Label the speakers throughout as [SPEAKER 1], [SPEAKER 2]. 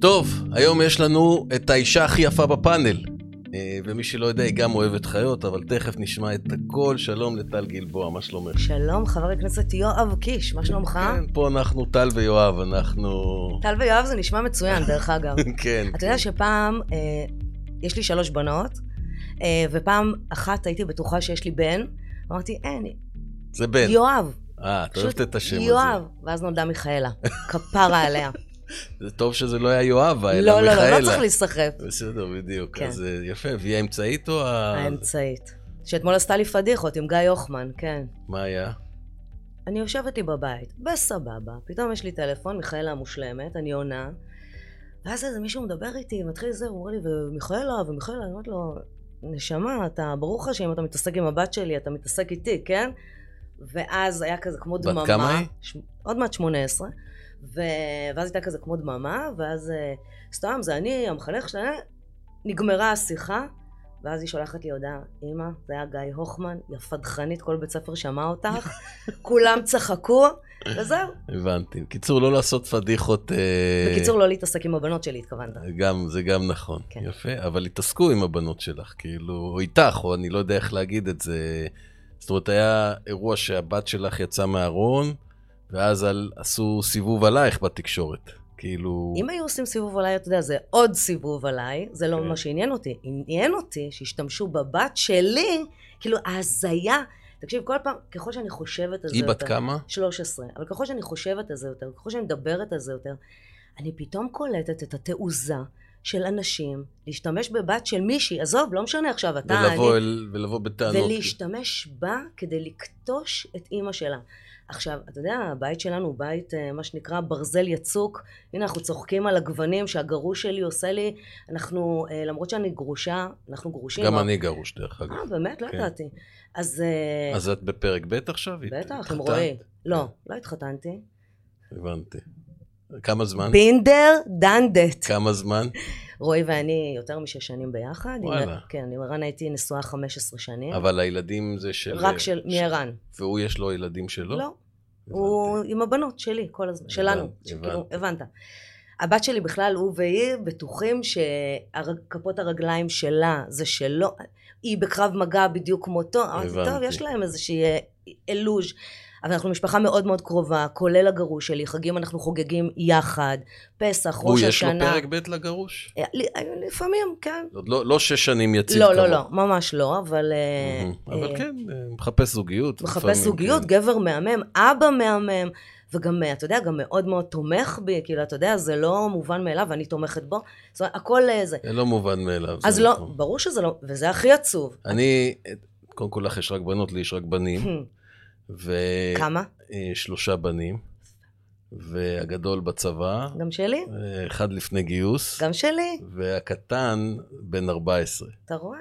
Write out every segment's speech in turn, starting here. [SPEAKER 1] טוב, היום יש לנו את האישה הכי יפה בפאנל. אה, ומי שלא יודע, היא גם אוהבת חיות, אבל תכף נשמע את הכל. שלום לטל גלבוע, מה שלומך?
[SPEAKER 2] שלום, חבר הכנסת יואב קיש, מה שלומך?
[SPEAKER 1] כן, פה אנחנו טל ויואב, אנחנו...
[SPEAKER 2] טל ויואב זה נשמע מצוין, דרך אגב.
[SPEAKER 1] כן.
[SPEAKER 2] אתה יודע שפעם, אה, יש לי שלוש בנות, אה, ופעם אחת הייתי בטוחה שיש לי בן, אמרתי, אין,
[SPEAKER 1] זה בן.
[SPEAKER 2] יואב.
[SPEAKER 1] אה, את אוהבת כן. את השם הזה.
[SPEAKER 2] יואב. ואז נולדה מיכאלה, כפרה עליה.
[SPEAKER 1] זה טוב שזה לא היה יואבה, אלא
[SPEAKER 2] לא, לא,
[SPEAKER 1] מיכאלה. אה.
[SPEAKER 2] לא, לא צריך להיסחף.
[SPEAKER 1] בסדר, בדיוק.
[SPEAKER 2] כן.
[SPEAKER 1] אז אה, יפה, והיא האמצעית או ה...
[SPEAKER 2] האמצעית. שאתמול עשתה לי פדיחות עם גיא יוחמן, כן.
[SPEAKER 1] מה היה?
[SPEAKER 2] אני יושבת לי בבית, בסבבה, פתאום יש לי טלפון, מיכאלה המושלמת, אני עונה, ואז איזה מישהו מדבר איתי, מתחיל זה, הוא אומר לי, ומיכאלה, ומיכאלה, אני אומרת לו, נשמה, אתה, ברור לך שאם אתה מתעסק עם הבת שלי, אתה מתעסק איתי, כן? ואז היה כזה כמו
[SPEAKER 1] בת
[SPEAKER 2] דממה.
[SPEAKER 1] כמה היא?
[SPEAKER 2] ש... עוד מעט 18. ו... ואז הייתה כזה כמו דממה, ואז אה, סתם, זה אני, המחנך שלה, נגמרה השיחה, ואז היא שולחת לי הודעה, אמא, זה היה גיא הוכמן, יא פדחנית, כל בית ספר שמע אותך, כולם צחקו,
[SPEAKER 1] אה.
[SPEAKER 2] וזהו.
[SPEAKER 1] הבנתי. בקיצור, לא לעשות פדיחות... אה,
[SPEAKER 2] בקיצור, לא להתעסק עם הבנות שלי, התכוונת.
[SPEAKER 1] גם, זה גם נכון. כן.
[SPEAKER 2] כן.
[SPEAKER 1] יפה, אבל התעסקו עם הבנות שלך, כאילו, או איתך, או אני לא יודע איך להגיד את זה. זאת אומרת, היה אירוע שהבת שלך יצאה מהארון, ואז על, עשו סיבוב עלייך בתקשורת. כאילו...
[SPEAKER 2] אם היו עושים סיבוב עליי, אתה יודע, זה עוד סיבוב עליי, זה לא
[SPEAKER 1] כן.
[SPEAKER 2] מה שעניין אותי. עניין אותי שהשתמשו בבת שלי, כאילו, ההזיה. תקשיב, כל פעם, ככל שאני חושבת על זה
[SPEAKER 1] היא בת
[SPEAKER 2] יותר,
[SPEAKER 1] כמה?
[SPEAKER 2] 13, אבל ככל שאני חושבת על זה יותר, ככל שאני מדברת על זה יותר, אני פתאום קולטת את התעוזה של אנשים להשתמש בבת של מישהי, עזוב, לא משנה עכשיו, אתה, אני...
[SPEAKER 1] ולבוא, אל, ולבוא בטענות.
[SPEAKER 2] ולהשתמש בה כדי לקטוש את אימא שלה. עכשיו, אתה יודע, הבית שלנו הוא בית, אה, מה שנקרא, ברזל יצוק. הנה, אנחנו צוחקים על הגוונים שהגרוש שלי עושה לי. אנחנו, אה, למרות שאני גרושה, אנחנו גרושים.
[SPEAKER 1] גם
[SPEAKER 2] אבל-
[SPEAKER 1] אני גרוש, דרך אגב.
[SPEAKER 2] אה, באמת? לא
[SPEAKER 1] כן.
[SPEAKER 2] ידעתי. אז... אה,
[SPEAKER 1] אז את בפרק ב' עכשיו?
[SPEAKER 2] בטח,
[SPEAKER 1] התחתנת?
[SPEAKER 2] עם רועי. לא, לא התחתנתי.
[SPEAKER 1] הבנתי. כמה זמן?
[SPEAKER 2] בינדר דנדט.
[SPEAKER 1] כמה זמן?
[SPEAKER 2] כן. רועי ואני יותר משש שנים ביחד. עם-
[SPEAKER 1] וואלה.
[SPEAKER 2] כן, עם ערן הייתי נשואה 15 שנים.
[SPEAKER 1] אבל הילדים זה של...
[SPEAKER 2] רק של... מערן.
[SPEAKER 1] והוא יש לו ילדים שלו?
[SPEAKER 2] לא, הוא עם הבנות שלי כל הזמן, שלנו,
[SPEAKER 1] הבנתי.
[SPEAKER 2] שכאילו, הבנת. הבת שלי בכלל, הוא והיא, בטוחים שכפות הרגליים שלה זה שלו, היא בקרב מגע בדיוק כמותו, אמרתי,
[SPEAKER 1] הבנתי.
[SPEAKER 2] טוב, יש להם איזושהי אה, אלוז', אבל אנחנו משפחה מאוד מאוד קרובה, כולל הגרוש שלי, חגים אנחנו חוגגים יחד, פסח,
[SPEAKER 1] הוא,
[SPEAKER 2] ראש
[SPEAKER 1] יש לו
[SPEAKER 2] השנה.
[SPEAKER 1] פרק ב' לגרוש?
[SPEAKER 2] אה, לי- לפעמים, כן.
[SPEAKER 1] עוד לא, לא שש שנים יציב
[SPEAKER 2] לא,
[SPEAKER 1] כמוך.
[SPEAKER 2] לא, לא, ממש לא, אבל... אה,
[SPEAKER 1] מהמם. אבל
[SPEAKER 2] אה,
[SPEAKER 1] כן, אה, מחפש זוגיות.
[SPEAKER 2] מחפש
[SPEAKER 1] לפעמים,
[SPEAKER 2] זוגיות,
[SPEAKER 1] כן.
[SPEAKER 2] גבר מהמם, אבא מהמם, וגם, אתה יודע, גם מאוד מאוד תומך בי, כאילו, אתה יודע, זה לא מובן מאליו, ואני תומכת בו, זאת אומרת, הכל אה, זה.
[SPEAKER 1] זה לא מובן מאליו.
[SPEAKER 2] אז
[SPEAKER 1] זה
[SPEAKER 2] לא,
[SPEAKER 1] נכון.
[SPEAKER 2] ברור שזה לא, וזה הכי עצוב.
[SPEAKER 1] אני, אה, קודם כל לך יש רק בנות, לי יש רק בנים. ושלושה
[SPEAKER 2] כמה?
[SPEAKER 1] בנים. והגדול בצבא,
[SPEAKER 2] גם שלי?
[SPEAKER 1] אה, אחד לפני גיוס.
[SPEAKER 2] גם שלי,
[SPEAKER 1] והקטן בן 14.
[SPEAKER 2] אתה רואה?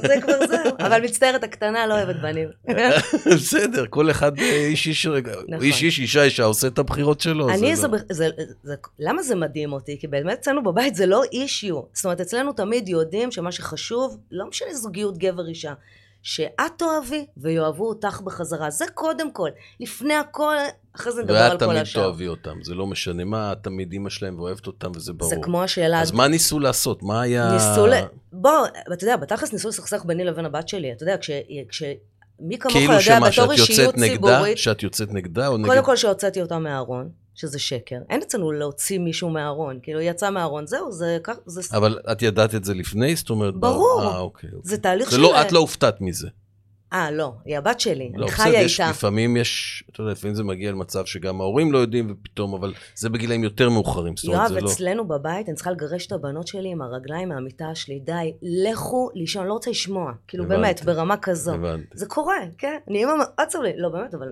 [SPEAKER 2] זה כבר זהו. אבל מצטערת, הקטנה לא אוהבת בנים.
[SPEAKER 1] בסדר, כל אחד אה, איש איש,
[SPEAKER 2] נכון.
[SPEAKER 1] איש איש, אישה אישה, עושה את הבחירות שלו.
[SPEAKER 2] אני,
[SPEAKER 1] לא-
[SPEAKER 2] זה, בכ- זה, זה, למה זה מדהים אותי? כי באמת אצלנו בבית זה לא אישיו. זאת אומרת, אצלנו תמיד יודעים שמה שחשוב, לא משנה זוגיות גבר-אישה, שאת תאהבי ויאהבו אותך בחזרה. זה קודם כל. לפני הכל, אחרי זה נדבר על
[SPEAKER 1] ואת
[SPEAKER 2] כל
[SPEAKER 1] תמיד
[SPEAKER 2] השאר.
[SPEAKER 1] תאהבי אותם, זה לא משנה מה, את תמיד אימא שלהם ואוהבת אותם, וזה ברור.
[SPEAKER 2] זה כמו השאלה...
[SPEAKER 1] אז מה ניסו לעשות? מה היה...
[SPEAKER 2] ניסו ל... בוא, אתה יודע, בתכלס ניסו לסכסך ביני לבין הבת שלי. אתה יודע, כש... כש... מי כמוך
[SPEAKER 1] כאילו
[SPEAKER 2] יודע,
[SPEAKER 1] שמה,
[SPEAKER 2] בתור
[SPEAKER 1] שאת יוצאת
[SPEAKER 2] אישיות
[SPEAKER 1] נגדה?
[SPEAKER 2] ציבורית...
[SPEAKER 1] שאת יוצאת נגדה או נגד...
[SPEAKER 2] קודם כל שהוצאתי אותה מהארון, שזה שקר. אין אצלנו להוציא מישהו מהארון. כאילו, היא יצאה מהארון, זהו, זה... כך- זה...
[SPEAKER 1] אבל את ידעת את זה לפני? זאת אומרת...
[SPEAKER 2] ברור.
[SPEAKER 1] אה, אוקיי. אוקיי.
[SPEAKER 2] זה תהליך
[SPEAKER 1] זה
[SPEAKER 2] של...
[SPEAKER 1] לא, את לא הופתעת מזה.
[SPEAKER 2] אה, לא, היא הבת שלי,
[SPEAKER 1] לא,
[SPEAKER 2] אני
[SPEAKER 1] בסדר,
[SPEAKER 2] חיה
[SPEAKER 1] יש,
[SPEAKER 2] איתה.
[SPEAKER 1] לפעמים יש, אתה יודע, לפעמים זה מגיע למצב שגם ההורים לא יודעים ופתאום, אבל זה בגילאים יותר מאוחרים, זאת אומרת,
[SPEAKER 2] יואב,
[SPEAKER 1] זה לא...
[SPEAKER 2] אצלנו בבית, אני צריכה לגרש את הבנות שלי עם הרגליים מהמיטה שלי, די, לכו לישון, אני לא רוצה לשמוע. כאילו,
[SPEAKER 1] הבנתי.
[SPEAKER 2] באמת, ברמה כזו.
[SPEAKER 1] הבנתי.
[SPEAKER 2] זה קורה, כן? אני אימא מאוד סבלית, לא באמת, אבל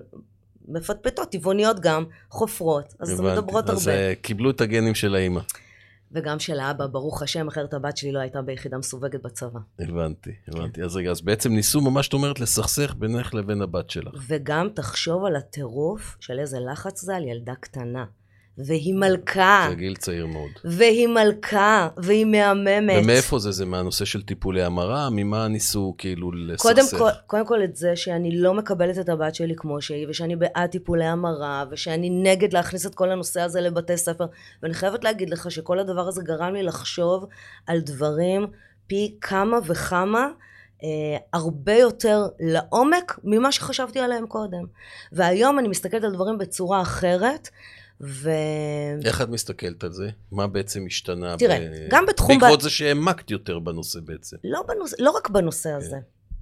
[SPEAKER 2] מפטפטות, טבעוניות גם, חופרות, אז
[SPEAKER 1] הבנתי.
[SPEAKER 2] מדברות
[SPEAKER 1] אז
[SPEAKER 2] הרבה.
[SPEAKER 1] אה, קיבלו את הגנים של האימא,
[SPEAKER 2] וגם של האבא, ברוך השם, אחרת הבת שלי לא הייתה ביחידה מסווגת בצבא.
[SPEAKER 1] הבנתי,
[SPEAKER 2] כן.
[SPEAKER 1] הבנתי. אז רגע, אז בעצם ניסו ממש, את אומרת, לסכסך בינך לבין הבת שלך.
[SPEAKER 2] וגם תחשוב על הטירוף של איזה לחץ זה על ילדה קטנה. והיא מלכה,
[SPEAKER 1] זה גיל צעיר מאוד.
[SPEAKER 2] והיא מלכה, והיא מהממת.
[SPEAKER 1] ומאיפה זה? זה מהנושא של טיפולי המרה? ממה ניסו כאילו לסכסך?
[SPEAKER 2] קודם כל, קודם כל את זה שאני לא מקבלת את הבת שלי כמו שהיא, ושאני בעד טיפולי המרה, ושאני נגד להכניס את כל הנושא הזה לבתי ספר. ואני חייבת להגיד לך שכל הדבר הזה גרם לי לחשוב על דברים פי כמה וכמה. אה, הרבה יותר לעומק ממה שחשבתי עליהם קודם. והיום אני מסתכלת על דברים בצורה אחרת, ו...
[SPEAKER 1] איך את מסתכלת על זה? מה בעצם השתנה?
[SPEAKER 2] תראה, גם בתחום
[SPEAKER 1] אה, בעקבות זה שהעמקת יותר בנושא בעצם.
[SPEAKER 2] לא, בנושא, לא רק בנושא הזה.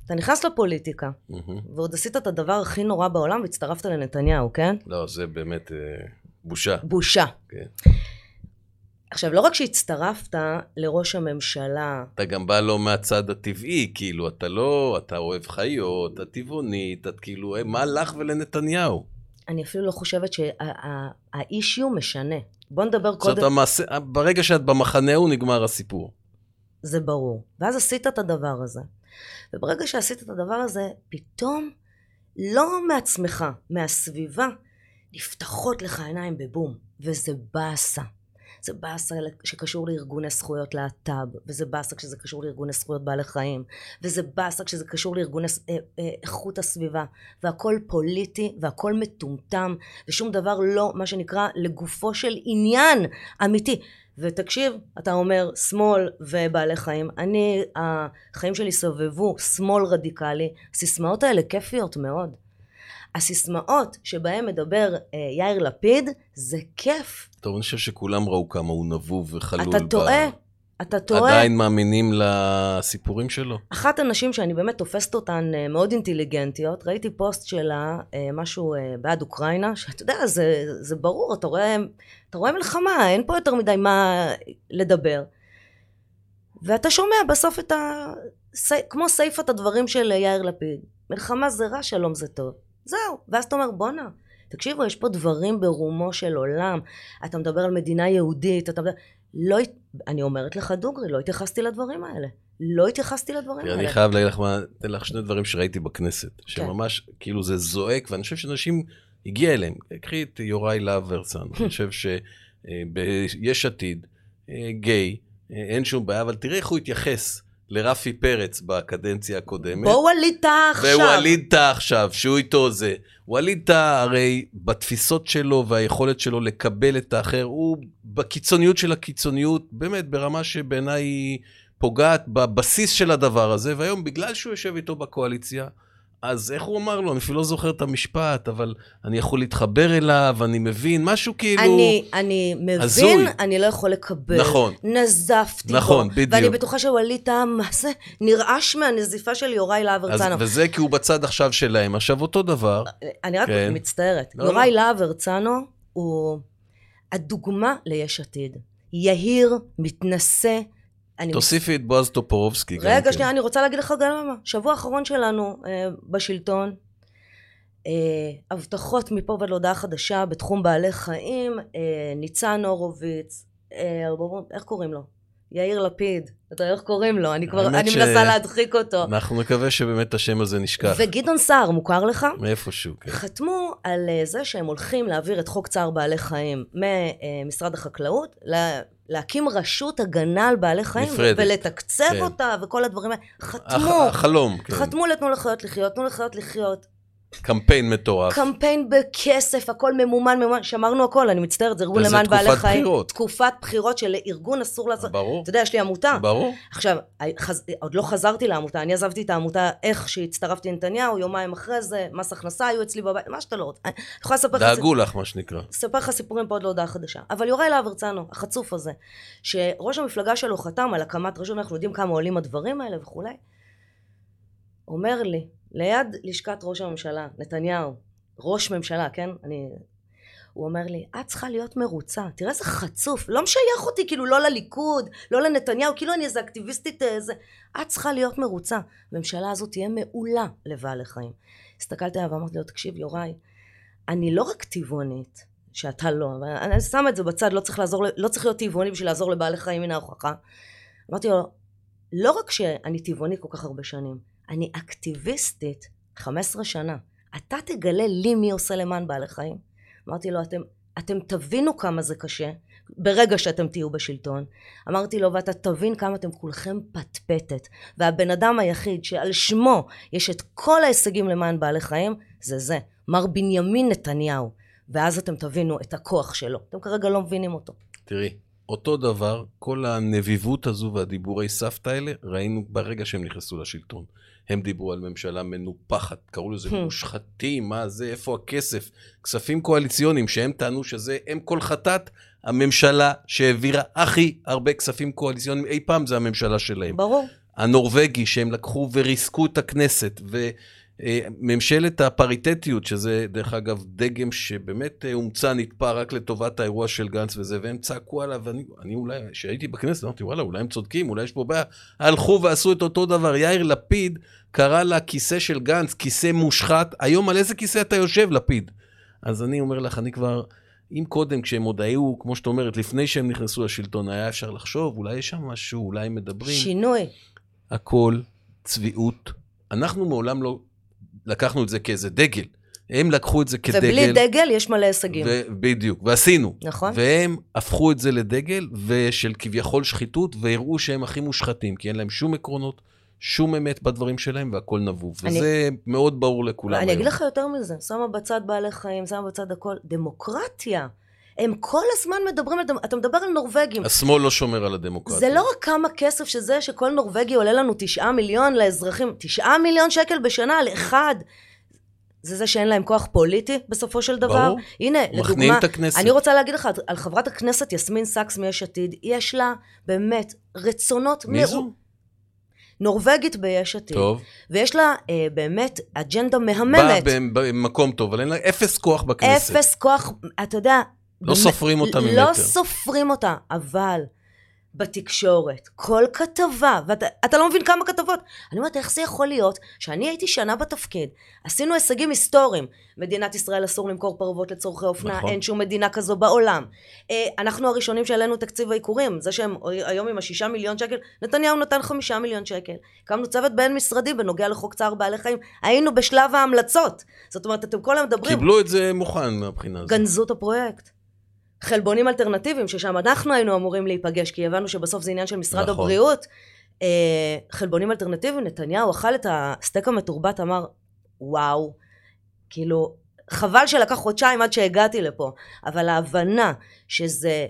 [SPEAKER 2] אתה נכנס לפוליטיקה,
[SPEAKER 1] מהמם.
[SPEAKER 2] ועוד עשית את הדבר הכי נורא בעולם והצטרפת לנתניהו, כן?
[SPEAKER 1] לא, זה באמת אה, בושה.
[SPEAKER 2] בושה.
[SPEAKER 1] כן.
[SPEAKER 2] עכשיו, לא רק שהצטרפת לראש הממשלה,
[SPEAKER 1] אתה גם בא לא מהצד הטבעי, כאילו, אתה לא, אתה אוהב חיות, את טבעונית, את כאילו, אה, מה לך ולנתניהו?
[SPEAKER 2] אני אפילו לא חושבת שהאישיו משנה. בוא נדבר
[SPEAKER 1] זאת
[SPEAKER 2] קודם,
[SPEAKER 1] המעשה, ברגע שאת במחנה הוא נגמר הסיפור.
[SPEAKER 2] זה ברור. ואז עשית את הדבר הזה. וברגע שעשית את הדבר הזה, פתאום, לא מעצמך, מהסביבה, נפתחות לך עיניים בבום, וזה באסה. זה באסה שקשור לארגוני זכויות להט"ב, וזה באסה כשזה קשור לארגוני זכויות בעלי חיים, וזה באסה כשזה קשור לארגוני ס- אה, אה, איכות הסביבה, והכל פוליטי והכל מטומטם, ושום דבר לא, מה שנקרא, לגופו של עניין אמיתי. ותקשיב, אתה אומר שמאל ובעלי חיים. אני, החיים שלי סובבו שמאל רדיקלי. הסיסמאות האלה כיפיות מאוד. הסיסמאות שבהן מדבר אה, יאיר לפיד, זה כיף.
[SPEAKER 1] טוב, אני חושב שכולם ראו כמה הוא נבוב וחלול.
[SPEAKER 2] אתה
[SPEAKER 1] ב-
[SPEAKER 2] טועה, אתה טועה.
[SPEAKER 1] עדיין מאמינים לסיפורים שלו?
[SPEAKER 2] אחת הנשים שאני באמת תופסת אותן אה, מאוד אינטליגנטיות, ראיתי פוסט שלה, אה, משהו אה, בעד אוקראינה, שאתה יודע, זה, זה ברור, אתה רואה, אתה רואה מלחמה, אין פה יותר מדי מה לדבר. ואתה שומע בסוף את ה... סי, כמו סייפת הדברים של אה, יאיר לפיד. מלחמה זה רע, שלום זה טוב. זהו. ואז אתה אומר, בואנה, תקשיבו, יש פה דברים ברומו של עולם. אתה מדבר על מדינה יהודית, אתה מדבר... לא... הת- אני אומרת לך דוגרי, לא התייחסתי לדברים האלה. לא התייחסתי לדברים
[SPEAKER 1] תראה,
[SPEAKER 2] האלה.
[SPEAKER 1] אני חייב להגיד לך, מה- אתן לך שני דברים שראיתי בכנסת,
[SPEAKER 2] כן.
[SPEAKER 1] שממש, כאילו זה זועק, ואני חושב שאנשים, הגיע אליהם. קחי את יוראי להב הרצנו, אני חושב שיש עתיד, אה, גיי, אה, אין שום בעיה, אבל תראה איך הוא התייחס לרפי פרץ בקדנציה הקודמת.
[SPEAKER 2] בואו ווליד טאה עכשיו.
[SPEAKER 1] ווליד טאה עכשיו, שהוא איתו זה. ווליד טאה הרי בתפיסות שלו והיכולת שלו לקבל את האחר, הוא בקיצוניות של הקיצוניות, באמת ברמה שבעיניי היא פוגעת בבסיס של הדבר הזה, והיום בגלל שהוא יושב איתו בקואליציה, אז איך הוא אמר לו? אני אפילו לא זוכר את המשפט, אבל אני יכול להתחבר אליו, אני מבין, משהו כאילו...
[SPEAKER 2] אני, אני מבין,
[SPEAKER 1] הזוי.
[SPEAKER 2] אני לא יכול לקבל.
[SPEAKER 1] נכון.
[SPEAKER 2] נזפתי
[SPEAKER 1] נכון,
[SPEAKER 2] בו.
[SPEAKER 1] בדיוק.
[SPEAKER 2] ואני בטוחה שווליד טאה, מה זה? נרעש מהנזיפה של יוראי להב
[SPEAKER 1] אז,
[SPEAKER 2] הרצנו.
[SPEAKER 1] וזה כי הוא בצד עכשיו שלהם. עכשיו אותו דבר,
[SPEAKER 2] אני רק
[SPEAKER 1] כן.
[SPEAKER 2] מצטערת.
[SPEAKER 1] לא,
[SPEAKER 2] יוראי
[SPEAKER 1] לא.
[SPEAKER 2] להב הרצנו הוא הדוגמה ליש עתיד. יהיר, מתנשא. אני
[SPEAKER 1] תוסיפי את בועז טופורובסקי. גם
[SPEAKER 2] רגע,
[SPEAKER 1] כן.
[SPEAKER 2] שנייה, אני רוצה להגיד לך גם מה. שבוע האחרון שלנו אה, בשלטון, אה, הבטחות מפה ועד להודעה חדשה בתחום בעלי חיים, אה, ניצן הורוביץ, אה, איך קוראים לו? יאיר לפיד. אתה יודע איך קוראים לו? אני כבר,
[SPEAKER 1] האמת
[SPEAKER 2] אני
[SPEAKER 1] ש-
[SPEAKER 2] מנסה להדחיק אותו.
[SPEAKER 1] אנחנו נקווה שבאמת השם הזה נשכח.
[SPEAKER 2] וגדעון סער, מוכר לך?
[SPEAKER 1] מאיפשהו, כן.
[SPEAKER 2] חתמו על אה, זה שהם הולכים להעביר את חוק צער בעלי חיים ממשרד החקלאות, לה- להקים רשות הגנה על בעלי חיים,
[SPEAKER 1] נפרדת.
[SPEAKER 2] ולתקצב
[SPEAKER 1] כן.
[SPEAKER 2] אותה וכל הדברים האלה. חתמו,
[SPEAKER 1] הח- החלום, כן.
[SPEAKER 2] חתמו לתנו לחיות לחיות, תנו לחיות לחיות.
[SPEAKER 1] קמפיין מטורף.
[SPEAKER 2] קמפיין בכסף, הכל ממומן, ממומן, שמרנו הכל, אני מצטערת, זה ארגון
[SPEAKER 1] וזה
[SPEAKER 2] למען בעלי
[SPEAKER 1] תקופת
[SPEAKER 2] חיים.
[SPEAKER 1] בחירות.
[SPEAKER 2] תקופת בחירות שלארגון אסור לעשות.
[SPEAKER 1] אה, ברור,
[SPEAKER 2] אתה יודע, יש לי עמותה.
[SPEAKER 1] ברור.
[SPEAKER 2] עכשיו, ה- חז... עוד לא חזרתי לעמותה, אני עזבתי את העמותה איך שהצטרפתי לנתניהו, יומיים אחרי זה, מס הכנסה היו אצלי בבית, מה שאתה לא רוצה. אני יכולה לספר לך...
[SPEAKER 1] דאגו לך, מה שנקרא.
[SPEAKER 2] אספר לך סיפורים פה עוד להודעה חדשה. אבל יוראי להב הרצנו, החצוף הזה, שראש המפלגה שלו חתם על הקמת רשות, אנחנו יודעים כמה עולים הדברים האלה וכולי, אומר לי, ליד לשכת ראש הממשלה, נתניהו, ראש ממשלה, כן? אני... הוא אומר לי, את צריכה להיות מרוצה, תראה איזה חצוף, לא משייך אותי כאילו לא לליכוד, לא לנתניהו, כאילו אני איזה אקטיביסטית איזה... את צריכה להיות מרוצה. הממשלה הזאת תהיה מעולה לבעלי חיים. הסתכלתי עליו ואמרתי לו, תקשיב יוראי, אני לא רק טבעונית, שאתה לא, אבל אני שמה את זה בצד, לא צריך, לעזור, ל- לא צריך להיות טבעוני בשביל לעזור לבעלי חיים, הנה ההוכחה. אמרתי לו, לא רק שאני טבעונית כל כך הרבה שנים, אני אקטיביסטית 15 שנה. אתה תגלה לי מי עושה למען בעלי חיים. אמרתי לו, אתם, אתם תבינו כמה זה קשה ברגע שאתם תהיו בשלטון. אמרתי לו, ואתה תבין כמה אתם כולכם פטפטת. והבן אדם היחיד שעל שמו יש את כל ההישגים למען בעלי חיים, זה זה, מר בנימין נתניהו. ואז אתם תבינו את הכוח שלו. אתם כרגע לא מבינים אותו.
[SPEAKER 1] תראי, אותו דבר, כל הנביבות הזו והדיבורי סבתא האלה, ראינו ברגע שהם נכנסו לשלטון. הם דיברו על ממשלה מנופחת, קראו לזה
[SPEAKER 2] Hmm.
[SPEAKER 1] מושחתים, מה זה, איפה הכסף? כספים קואליציוניים שהם טענו שזה הם כל חטאת הממשלה שהעבירה הכי הרבה כספים קואליציוניים אי פעם, זה הממשלה שלהם.
[SPEAKER 2] ברור.
[SPEAKER 1] הנורבגי, שהם לקחו וריסקו את הכנסת, וממשלת הפריטטיות, שזה דרך אגב דגם שבאמת אה, הומצא, נתפר רק לטובת האירוע של גנץ וזה, והם צעקו עליו, ואני אני אולי, כשהייתי בכנסת, אמרתי, וואלה, אולי הם צודקים, אולי יש פה בעיה. הלכו ועשו את אותו דבר. יאיר לפיד קרא לכיסא של גנץ כיסא מושחת, היום על איזה כיסא אתה יושב, לפיד? אז אני אומר לך, אני כבר... אם קודם, כשהם עוד היו, כמו שאת אומרת, לפני שהם נכנסו לשלטון, היה אפשר לחשוב, אולי יש שם משהו, אולי הם מדברים.
[SPEAKER 2] שינוי.
[SPEAKER 1] הכל צביעות. אנחנו מעולם לא לקחנו את זה כאיזה דגל. הם לקחו את זה כדגל.
[SPEAKER 2] ובלי דגל יש מלא הישגים.
[SPEAKER 1] ו- בדיוק, ועשינו.
[SPEAKER 2] נכון?
[SPEAKER 1] והם הפכו את זה לדגל של כביכול שחיתות, והראו שהם הכי מושחתים, כי אין להם שום עקרונות, שום אמת בדברים שלהם, והכל נבוב.
[SPEAKER 2] אני-
[SPEAKER 1] וזה מאוד ברור לכולם
[SPEAKER 2] אני אגיד
[SPEAKER 1] היום.
[SPEAKER 2] לך יותר מזה, שמה בצד בעלי חיים, שמה בצד הכל, דמוקרטיה. הם כל הזמן מדברים, על דמ- אתה מדבר על נורבגים.
[SPEAKER 1] השמאל לא שומר על הדמוקרטיה.
[SPEAKER 2] זה לא רק כמה כסף שזה, שכל נורבגי עולה לנו תשעה מיליון לאזרחים, תשעה מיליון שקל בשנה על אחד. זה זה שאין להם כוח פוליטי בסופו של דבר.
[SPEAKER 1] ברור.
[SPEAKER 2] הנה,
[SPEAKER 1] מכניעים
[SPEAKER 2] לדוגמה,
[SPEAKER 1] את הכנסת.
[SPEAKER 2] אני רוצה להגיד לך על חברת הכנסת יסמין סאקס מיש עתיד, יש לה באמת רצונות...
[SPEAKER 1] מי
[SPEAKER 2] מאו-
[SPEAKER 1] זו?
[SPEAKER 2] נורבגית ביש עתיד.
[SPEAKER 1] טוב.
[SPEAKER 2] ויש לה אה, באמת אג'נדה
[SPEAKER 1] באה
[SPEAKER 2] מהממת.
[SPEAKER 1] במ- במקום טוב, אבל אין לה אפס כוח בכנסת.
[SPEAKER 2] אפס כוח, אתה יודע...
[SPEAKER 1] לא סופרים אותה ממטר.
[SPEAKER 2] לא סופרים אותה, אבל בתקשורת, כל כתבה, ואתה אתה לא מבין כמה כתבות. אני אומרת, איך זה יכול להיות שאני הייתי שנה בתפקיד, עשינו הישגים היסטוריים. מדינת ישראל אסור למכור פרוות לצורכי אופנה,
[SPEAKER 1] נכון.
[SPEAKER 2] נכון. אין שום מדינה כזו בעולם. אה, אנחנו הראשונים שהעלינו תקציב העיקורים, זה שהם היום עם השישה מיליון שקל, נתניהו נתן חמישה מיליון שקל. הקמנו צוות בין-משרדי בנוגע לחוק צער בעלי חיים, היינו בשלב ההמלצות. זאת אומרת, אתם כל היום מדברים,
[SPEAKER 1] קיבלו את זה מוכן מהבחינה הזאת.
[SPEAKER 2] גנזו את הפרויקט. חלבונים אלטרנטיביים, ששם אנחנו היינו אמורים להיפגש, כי הבנו שבסוף זה עניין של משרד
[SPEAKER 1] נכון.
[SPEAKER 2] נכון. הבריאות. אה, חלבונים אלטרנטיביים, נתניהו אכל את הסטייק המתורבת, אמר, וואו, כאילו, חבל שלקח חודשיים עד שהגעתי לפה, אבל ההבנה שזה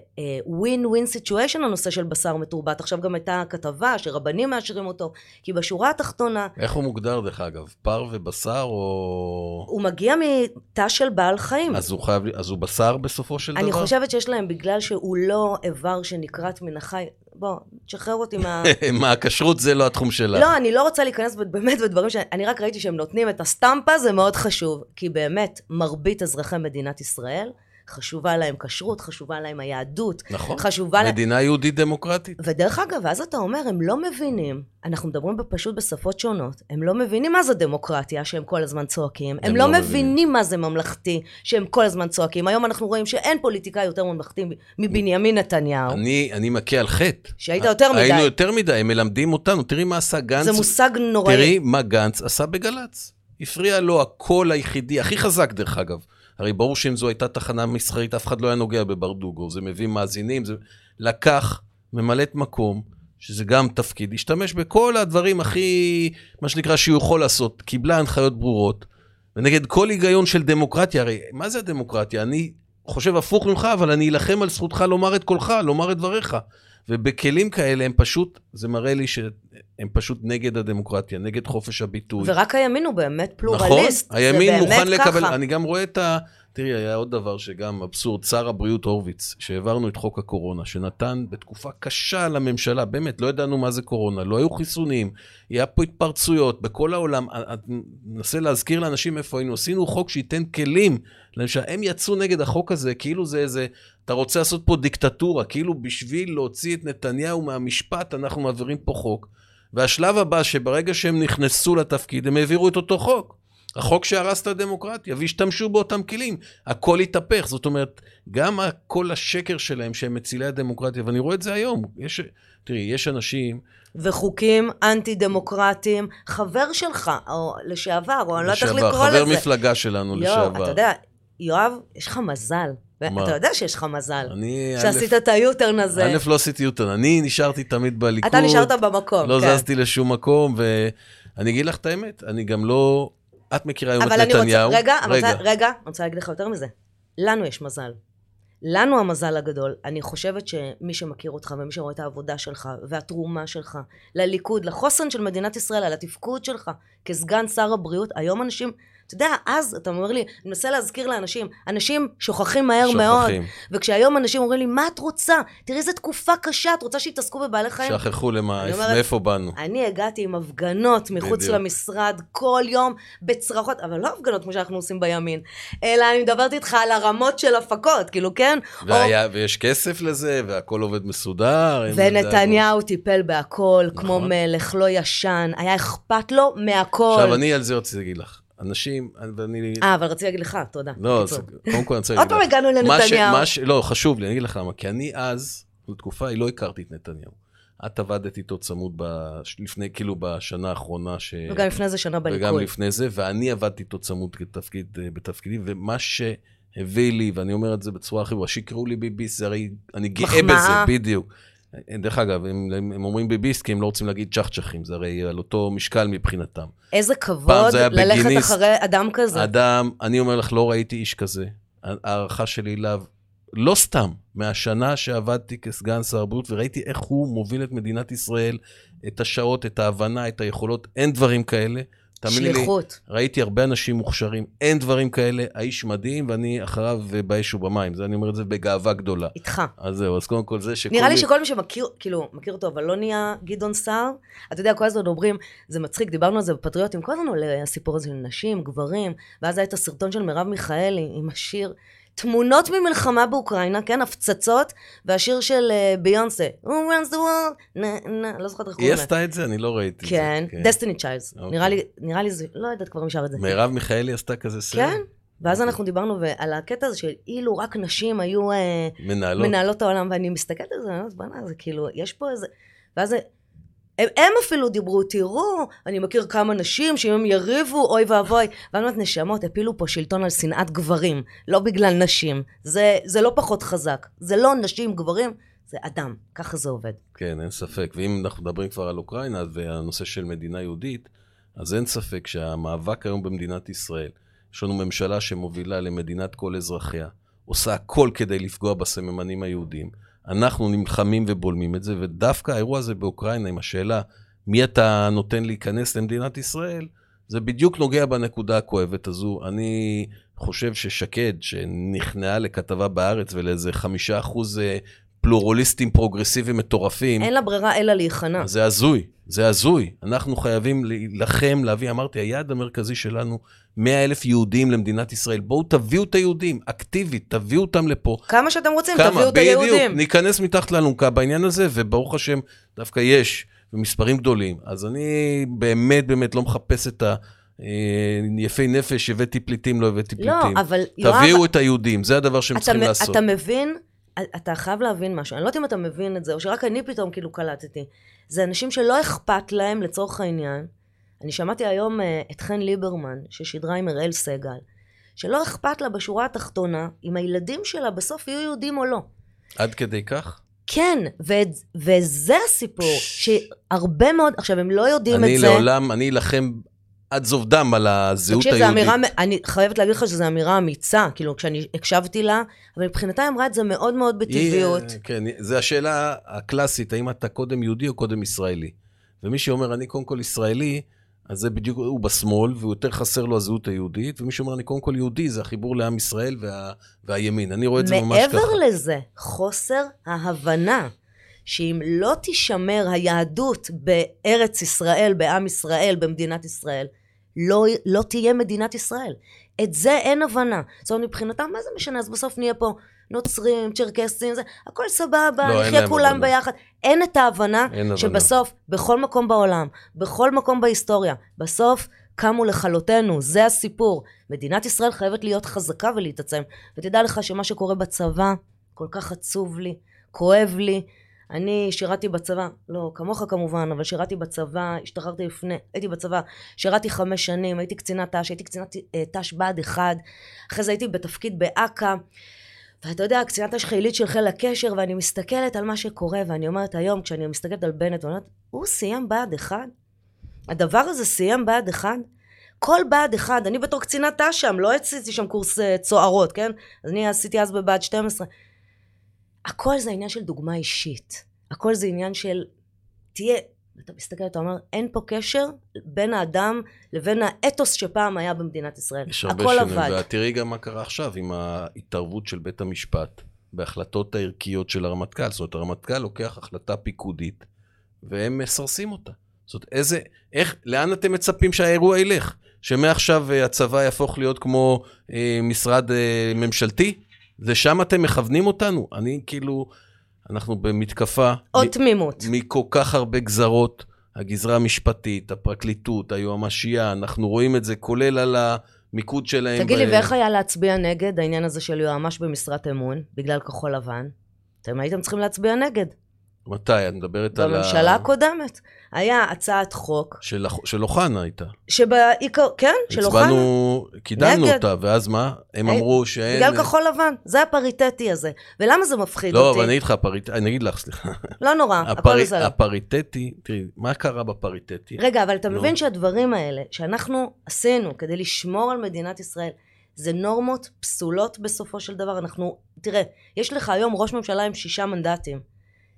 [SPEAKER 2] ווין ווין סיטואשן הנושא של בשר מתורבת, עכשיו גם הייתה כתבה שרבנים מאשרים אותו, כי בשורה התחתונה,
[SPEAKER 1] איך הוא מוגדר, דרך אגב? פר ובשר או...
[SPEAKER 2] הוא מגיע מתא של בעל חיים.
[SPEAKER 1] אז הוא חייב... אז הוא בשר בסופו של
[SPEAKER 2] אני
[SPEAKER 1] דבר?
[SPEAKER 2] חושבת שיש להם בגלל שהוא לא איבר שנכרת מן החי. בוא, תשחרר אותי מה...
[SPEAKER 1] מה, הכשרות זה לא התחום שלה.
[SPEAKER 2] לא, אני לא רוצה להיכנס ב- באמת בדברים ש... אני רק ראיתי שהם נותנים את הסטמפה, זה מאוד חשוב. כי באמת, מרבית אזרחי מדינת ישראל, חשובה להם כשרות, חשובה להם היהדות,
[SPEAKER 1] נכון.
[SPEAKER 2] חשובה להם...
[SPEAKER 1] מדינה יהודית דמוקרטית.
[SPEAKER 2] ודרך אגב, ואז אתה אומר, הם לא מבינים, אנחנו מדברים פשוט בשפות שונות, הם לא מבינים מה זה דמוקרטיה, שהם כל הזמן צועקים, הם, לא, מבינים מה זה ממלכתי, שהם כל הזמן צועקים. היום אנחנו רואים שאין פוליטיקאי יותר ממלכתי מבנימין נתניהו.
[SPEAKER 1] אני, אני מכה על חטא.
[SPEAKER 2] שהיית יותר מדי.
[SPEAKER 1] היינו יותר מדי, הם מלמדים אותנו. תראי מה עשה גנץ.
[SPEAKER 2] זה מושג נוראי.
[SPEAKER 1] תראי מה גנץ עשה בגל"צ. הפריע לו הקול היחידי, הכי חזק דרך אגב. הרי ברור שאם זו הייתה תחנה מסחרית, אף אחד לא היה נוגע בברדוגו, זה מביא מאזינים, זה... לקח ממלאת מקום, שזה גם תפקיד, השתמש בכל הדברים הכי, מה שנקרא, שהוא יכול לעשות, קיבלה הנחיות ברורות, ונגד כל היגיון של דמוקרטיה, הרי מה זה הדמוקרטיה? אני חושב הפוך ממך, אבל אני אלחם על זכותך לומר את קולך, לומר את דבריך. ובכלים כאלה הם פשוט, זה מראה לי שהם פשוט נגד הדמוקרטיה, נגד חופש הביטוי.
[SPEAKER 2] ורק הימין הוא באמת פלורליסט.
[SPEAKER 1] נכון, הימין
[SPEAKER 2] זה באמת
[SPEAKER 1] מוכן לקבל,
[SPEAKER 2] ככה.
[SPEAKER 1] אני גם רואה את ה... תראי, היה עוד דבר שגם אבסורד, שר הבריאות הורוביץ, שהעברנו את חוק הקורונה, שנתן בתקופה קשה לממשלה, באמת, לא ידענו מה זה קורונה, לא היו חיסונים, היה פה התפרצויות בכל העולם. אני מנסה להזכיר לאנשים איפה היינו, עשינו חוק שייתן כלים לממשלה. הם יצאו נגד החוק הזה, כאילו זה איזה, אתה רוצה לעשות פה דיקטטורה, כאילו בשביל להוציא את נתניהו מהמשפט, אנחנו מעבירים פה חוק. והשלב הבא, שברגע שהם נכנסו לתפקיד, הם העבירו את אותו חוק. החוק שהרס את הדמוקרטיה, והשתמשו באותם כלים. הכל התהפך, זאת אומרת, גם ה- כל השקר שלהם שהם מצילי הדמוקרטיה, ואני רואה את זה היום. יש, תראי, יש אנשים
[SPEAKER 2] וחוקים אנטי דמוקרטיים, חבר שלך, או לשעבר, או אני לא יודעת איך
[SPEAKER 1] לשעבר,
[SPEAKER 2] לקרוא
[SPEAKER 1] חבר
[SPEAKER 2] לזה.
[SPEAKER 1] מפלגה שלנו
[SPEAKER 2] יואו,
[SPEAKER 1] לשעבר.
[SPEAKER 2] אתה יודע, יואב, יש לך מזל.
[SPEAKER 1] מה?
[SPEAKER 2] ואתה יודע שיש לך מזל,
[SPEAKER 1] אני,
[SPEAKER 2] שעשית
[SPEAKER 1] א',
[SPEAKER 2] את היוטרן הזה.
[SPEAKER 1] א', לא עשיתי יוטון, אני נשארתי תמיד בליכוד.
[SPEAKER 2] אתה נשארת במקום,
[SPEAKER 1] לא
[SPEAKER 2] כן.
[SPEAKER 1] זזתי לשום מקום, ואני אגיד לך את האמת, אני גם לא... את מכירה היום את
[SPEAKER 2] אבל אני רוצה,
[SPEAKER 1] נתניהו.
[SPEAKER 2] רגע, אני רוצה- רגע, אני רוצה להגיד לך יותר מזה. לנו יש מזל. לנו המזל הגדול. אני חושבת שמי שמכיר אותך ומי שרואה את העבודה שלך והתרומה שלך לליכוד, לחוסן של מדינת ישראל, על התפקוד שלך כסגן שר הבריאות, היום אנשים, אתה יודע, אז אתה אומר לי, אני מנסה להזכיר לאנשים, אנשים שוכחים מהר מאוד.
[SPEAKER 1] שוכחים,
[SPEAKER 2] וכשהיום אנשים אומרים לי, מה את רוצה? תראי איזה תקופה קשה, את רוצה שיתעסקו בבעלי חיים?
[SPEAKER 1] שכחו למה,
[SPEAKER 2] אני אומרת-
[SPEAKER 1] מאיפה באנו.
[SPEAKER 2] אני הגעתי עם הפגנות מחוץ
[SPEAKER 1] בדיוק.
[SPEAKER 2] למשרד כל יום בצרחות, אבל לא הפגנות כמו שאנחנו עושים בימין, אלא אני מדברת איתך על הרמות של הפקות, כאילו, כן?
[SPEAKER 1] והיה, ויש כסף לזה, והכל עובד מסודר. אין דאגות.
[SPEAKER 2] ונתניהו טיפל בהכל,
[SPEAKER 1] נכון.
[SPEAKER 2] כמו מלך, לא ישן, היה אכפת לו מהכל.
[SPEAKER 1] עכשיו, אני על זה רציתי להגיד לך. אנשים, אני- ואני...
[SPEAKER 2] אה, אבל רציתי להגיד לך, תודה.
[SPEAKER 1] לא,
[SPEAKER 2] קיצור.
[SPEAKER 1] זה- קודם כל אני רוצה
[SPEAKER 2] עוד
[SPEAKER 1] להגיד לך.
[SPEAKER 2] פעם הגענו
[SPEAKER 1] מה ש-
[SPEAKER 2] לנתניהו.
[SPEAKER 1] מה ש... לא, חשוב לי, אני אגיד לך למה. כי אני אז, בתקופה ההיא, לא הכרתי את נתניהו. את עבדת איתו צמוד ב... לפני, כאילו, בשנה האחרונה ש...
[SPEAKER 2] וגם לפני זה שנה
[SPEAKER 1] וגם
[SPEAKER 2] בליכוד.
[SPEAKER 1] לפני זה, ואני עבדתי איתו צמוד כתפקיד, אה, בתפקידי, ומה שהביא לי, ואני אומר את זה בצורה הכי ברורה, שיקראו לי ביביסט, זה הרי, אני גאה
[SPEAKER 2] מחמאה.
[SPEAKER 1] בזה, בדיוק. אה, דרך אגב, הם, הם, הם אומרים ביביסט כי הם לא רוצים להגיד צ'חצ'חים, זה הרי על אותו משקל מבחינתם.
[SPEAKER 2] איזה
[SPEAKER 1] פעם
[SPEAKER 2] כבוד
[SPEAKER 1] זה היה
[SPEAKER 2] ללכת
[SPEAKER 1] בגיניסט. אה,
[SPEAKER 2] אחרי אדם כזה.
[SPEAKER 1] אדם, אני אומר לך, לא ראיתי איש כזה. הערכה שלי אליו, לא סתם, מהשנה שעבדתי כסגן שר הבריאות, וראיתי איך הוא מוביל את מדינת ישראל, את השעות, את ההבנה, את היכולות, אין דברים כאלה. תאמיני לי,
[SPEAKER 2] שליחות.
[SPEAKER 1] ראיתי הרבה אנשים מוכשרים, אין דברים כאלה, האיש מדהים, ואני אחריו אה, באש ובמים. זה, אני אומר את זה בגאווה גדולה.
[SPEAKER 2] איתך.
[SPEAKER 1] אז זהו, אז קודם כל זה שכל...
[SPEAKER 2] נראה לי
[SPEAKER 1] מי-
[SPEAKER 2] שכל מי שמכיר, כאילו, מכיר אותו, אבל לא נהיה גדעון סער, אתה יודע, כל הזמן אומרים, זה מצחיק, דיברנו על זה בפטריוטים, כל הזמן עולה הסיפור הזה של נשים, גברים, ואז היה את הסרטון של מרב מיכאלי עם השיר, תמונות ממלחמה באוקראינה, כן, הפצצות, והשיר של אה, ביונסה, Who runs the world, נה, נה, לא זוכרת
[SPEAKER 1] היא
[SPEAKER 2] איך קוראים לה.
[SPEAKER 1] עשתה את זה? אני לא ראיתי
[SPEAKER 2] כן,
[SPEAKER 1] את זה.
[SPEAKER 2] דסטיני צ'יילס.
[SPEAKER 1] אוקיי.
[SPEAKER 2] נראה לי, נראה לי זה, לא יודעת כבר מי שר את זה.
[SPEAKER 1] מרב אוקיי. מיכאלי עשתה כזה סרט?
[SPEAKER 2] כן, ואז אנחנו דיברנו ו- על הקטע הזה שאילו רק נשים היו... אה,
[SPEAKER 1] מנהלות.
[SPEAKER 2] מנהלות העולם, ואני מסתכלת על זה, אני אומרת, בואנה, זה כאילו, יש פה איזה... ואז זה- הם, הם אפילו דיברו, תראו, אני מכיר כמה נשים שאם הם יריבו, אוי ואבוי. ואני אומרת, נשמות, הפילו פה שלטון על שנאת גברים, לא בגלל נשים. זה, זה לא פחות חזק. זה לא נשים, גברים, זה אדם. ככה זה עובד.
[SPEAKER 1] כן, אין ספק. ואם אנחנו מדברים כבר על אוקראינה והנושא של מדינה יהודית, אז אין ספק שהמאבק היום במדינת ישראל, יש לנו ממשלה שמובילה למדינת כל אזרחיה, עושה הכל כדי לפגוע בסממנים היהודיים. אנחנו נלחמים ובולמים את זה, ודווקא האירוע הזה באוקראינה עם השאלה מי אתה נותן להיכנס למדינת ישראל, זה בדיוק נוגע בנקודה הכואבת הזו. אני חושב ששקד, שנכנעה לכתבה בארץ ולאיזה חמישה אחוז אה, פלורליסטים פרוגרסיביים מטורפים,
[SPEAKER 2] אין לה ברירה אלא להיכנע.
[SPEAKER 1] אז זה הזוי, זה הזוי. אנחנו חייבים להילחם, להביא, אמרתי, היעד המרכזי שלנו, 100 אלף יהודים למדינת ישראל. בואו תביאו את היהודים, אקטיבית, תביאו אותם לפה.
[SPEAKER 2] כמה שאתם רוצים, תביאו את
[SPEAKER 1] בדיוק,
[SPEAKER 2] היהודים.
[SPEAKER 1] ניכנס מתחת לאלונקה בעניין הזה, וברוך השם, דווקא יש, ומספרים גדולים. אז אני באמת באמת לא מחפש את ה... אה, יפי נפש, הבאתי פליטים, לא הבאתי
[SPEAKER 2] לא,
[SPEAKER 1] פליטים.
[SPEAKER 2] אבל יואב,
[SPEAKER 1] תביאו את היהודים, זה הדבר שהם
[SPEAKER 2] אתה
[SPEAKER 1] צריכים
[SPEAKER 2] מ-
[SPEAKER 1] לעשות.
[SPEAKER 2] אתה מבין, אה, אתה חייב להבין משהו, אני לא יודעת אם אתה מבין את זה, או שרק אני פתאום כאילו קלטתי. זה אנשים שלא אכפת להם לצורך העניין. אני שמעתי היום אה, את חן ליברמן, ששידרה עם אראל סגל, שלא אכפת לה בשורה התחתונה אם הילדים שלה בסוף יהיו יהודים או לא.
[SPEAKER 1] עד כדי כך?
[SPEAKER 2] כן, ו- וזה הסיפור, שהרבה מאוד, עכשיו הם לא יודעים
[SPEAKER 1] אני
[SPEAKER 2] את זה.
[SPEAKER 1] לעולם, אני אלחם עד זוב דם על הזהות
[SPEAKER 2] תקשיב, זו
[SPEAKER 1] היהודית.
[SPEAKER 2] אמירה, אני חייבת להגיד לך שזו אמירה אמיצה, כאילו כשאני הקשבתי לה, אבל מבחינתה היא אמרה את זה מאוד מאוד בטבעיות.
[SPEAKER 1] היא- כן, זו השאלה הקלאסית, האם אתה קודם יהודי או קודם ישראלי? ומי שאומר, אני קודם כל ישראלי, אז זה בדיוק, הוא בשמאל, והוא יותר חסר לו הזהות היהודית, ומי שאומר, אני קודם כל יהודי, זה החיבור לעם ישראל וה, והימין. אני רואה את זה ממש ככה.
[SPEAKER 2] מעבר לזה, חוסר ההבנה שאם לא תישמר היהדות בארץ ישראל, בעם ישראל, במדינת ישראל, לא, לא תהיה מדינת ישראל. את זה אין הבנה. זאת אומרת, מבחינתם, מה זה משנה? אז בסוף נהיה פה נוצרים, צ'רקסים, זה, הכל סבבה,
[SPEAKER 1] לא, אין
[SPEAKER 2] נחיה
[SPEAKER 1] להם
[SPEAKER 2] כולם
[SPEAKER 1] הבנה.
[SPEAKER 2] ביחד. אין את ההבנה
[SPEAKER 1] אין הבנה.
[SPEAKER 2] שבסוף, בכל מקום בעולם, בכל מקום בהיסטוריה, בסוף קמו לכלותנו, זה הסיפור. מדינת ישראל חייבת להיות חזקה ולהתעצם. ותדע לך שמה שקורה בצבא כל כך עצוב לי, כואב לי. אני שירתי בצבא, לא כמוך כמובן, אבל שירתי בצבא, השתחררתי לפני, הייתי בצבא, שירתי חמש שנים, הייתי קצינת ת"ש, הייתי קצינת אה, ת"ש בה"ד 1, אחרי זה הייתי בתפקיד באכ"א, ואתה יודע, קצינת השחילית של חיל הקשר, ואני מסתכלת על מה שקורה, ואני אומרת היום, כשאני מסתכלת על בנט, ואני אומרת, הוא סיים בה"ד 1? הדבר הזה סיים בה"ד 1? כל בה"ד 1, אני בתור קצינת אש"ם, לא עשיתי שם קורס אה, צוערות, כן? אז אני עשיתי אז בבה"ד 12. הכל זה עניין של דוגמה אישית. הכל זה עניין של, תהיה, אתה מסתכל, אתה אומר, אין פה קשר בין האדם לבין האתוס שפעם היה במדינת ישראל.
[SPEAKER 1] יש הרבה
[SPEAKER 2] כן, הכל
[SPEAKER 1] שינויים,
[SPEAKER 2] עבד.
[SPEAKER 1] ואת תראי גם מה קרה עכשיו עם ההתערבות של בית המשפט בהחלטות הערכיות של הרמטכ"ל. זאת אומרת, הרמטכ"ל לוקח החלטה פיקודית, והם מסרסים אותה. זאת אומרת, איזה, איך, לאן אתם מצפים שהאירוע ילך? שמעכשיו אה, הצבא יהפוך להיות כמו אה, משרד אה, ממשלתי? לשם אתם מכוונים אותנו? אני כאילו, אנחנו במתקפה...
[SPEAKER 2] עוד תמימות.
[SPEAKER 1] מכל כך הרבה גזרות, הגזרה המשפטית, הפרקליטות, היועמשייה, אנחנו רואים את זה, כולל על המיקוד שלהם.
[SPEAKER 2] תגיד לי,
[SPEAKER 1] ב-
[SPEAKER 2] ואיך היה להצביע נגד העניין הזה של יועמ"ש במשרת אמון, בגלל כחול לבן? אתם הייתם צריכים להצביע נגד.
[SPEAKER 1] מתי? את מדברת על...
[SPEAKER 2] בממשלה הקודמת. היה הצעת חוק,
[SPEAKER 1] של, הח- של אוחנה הייתה.
[SPEAKER 2] שבעיקר, כן, של אוחנה,
[SPEAKER 1] הצבענו, קידמנו
[SPEAKER 2] נגד.
[SPEAKER 1] אותה, ואז מה? הם
[SPEAKER 2] אה,
[SPEAKER 1] אמרו שאין...
[SPEAKER 2] בגלל כחול לבן. זה הפריטטי הזה. ולמה זה מפחיד
[SPEAKER 1] לא, אבל אני
[SPEAKER 2] אותי?
[SPEAKER 1] אגיד לך, הפריט... אני אגיד לך, סליחה.
[SPEAKER 2] לא נורא, הכל
[SPEAKER 1] הפרי-
[SPEAKER 2] בסדר.
[SPEAKER 1] הפריטטי, תראי, מה קרה בפריטטי?
[SPEAKER 2] רגע, אבל אתה
[SPEAKER 1] נו.
[SPEAKER 2] מבין שהדברים האלה שאנחנו עשינו כדי לשמור על מדינת ישראל, זה נורמות פסולות בסופו של דבר. אנחנו, תראה, יש לך היום ראש ממשלה עם שישה מנדטים.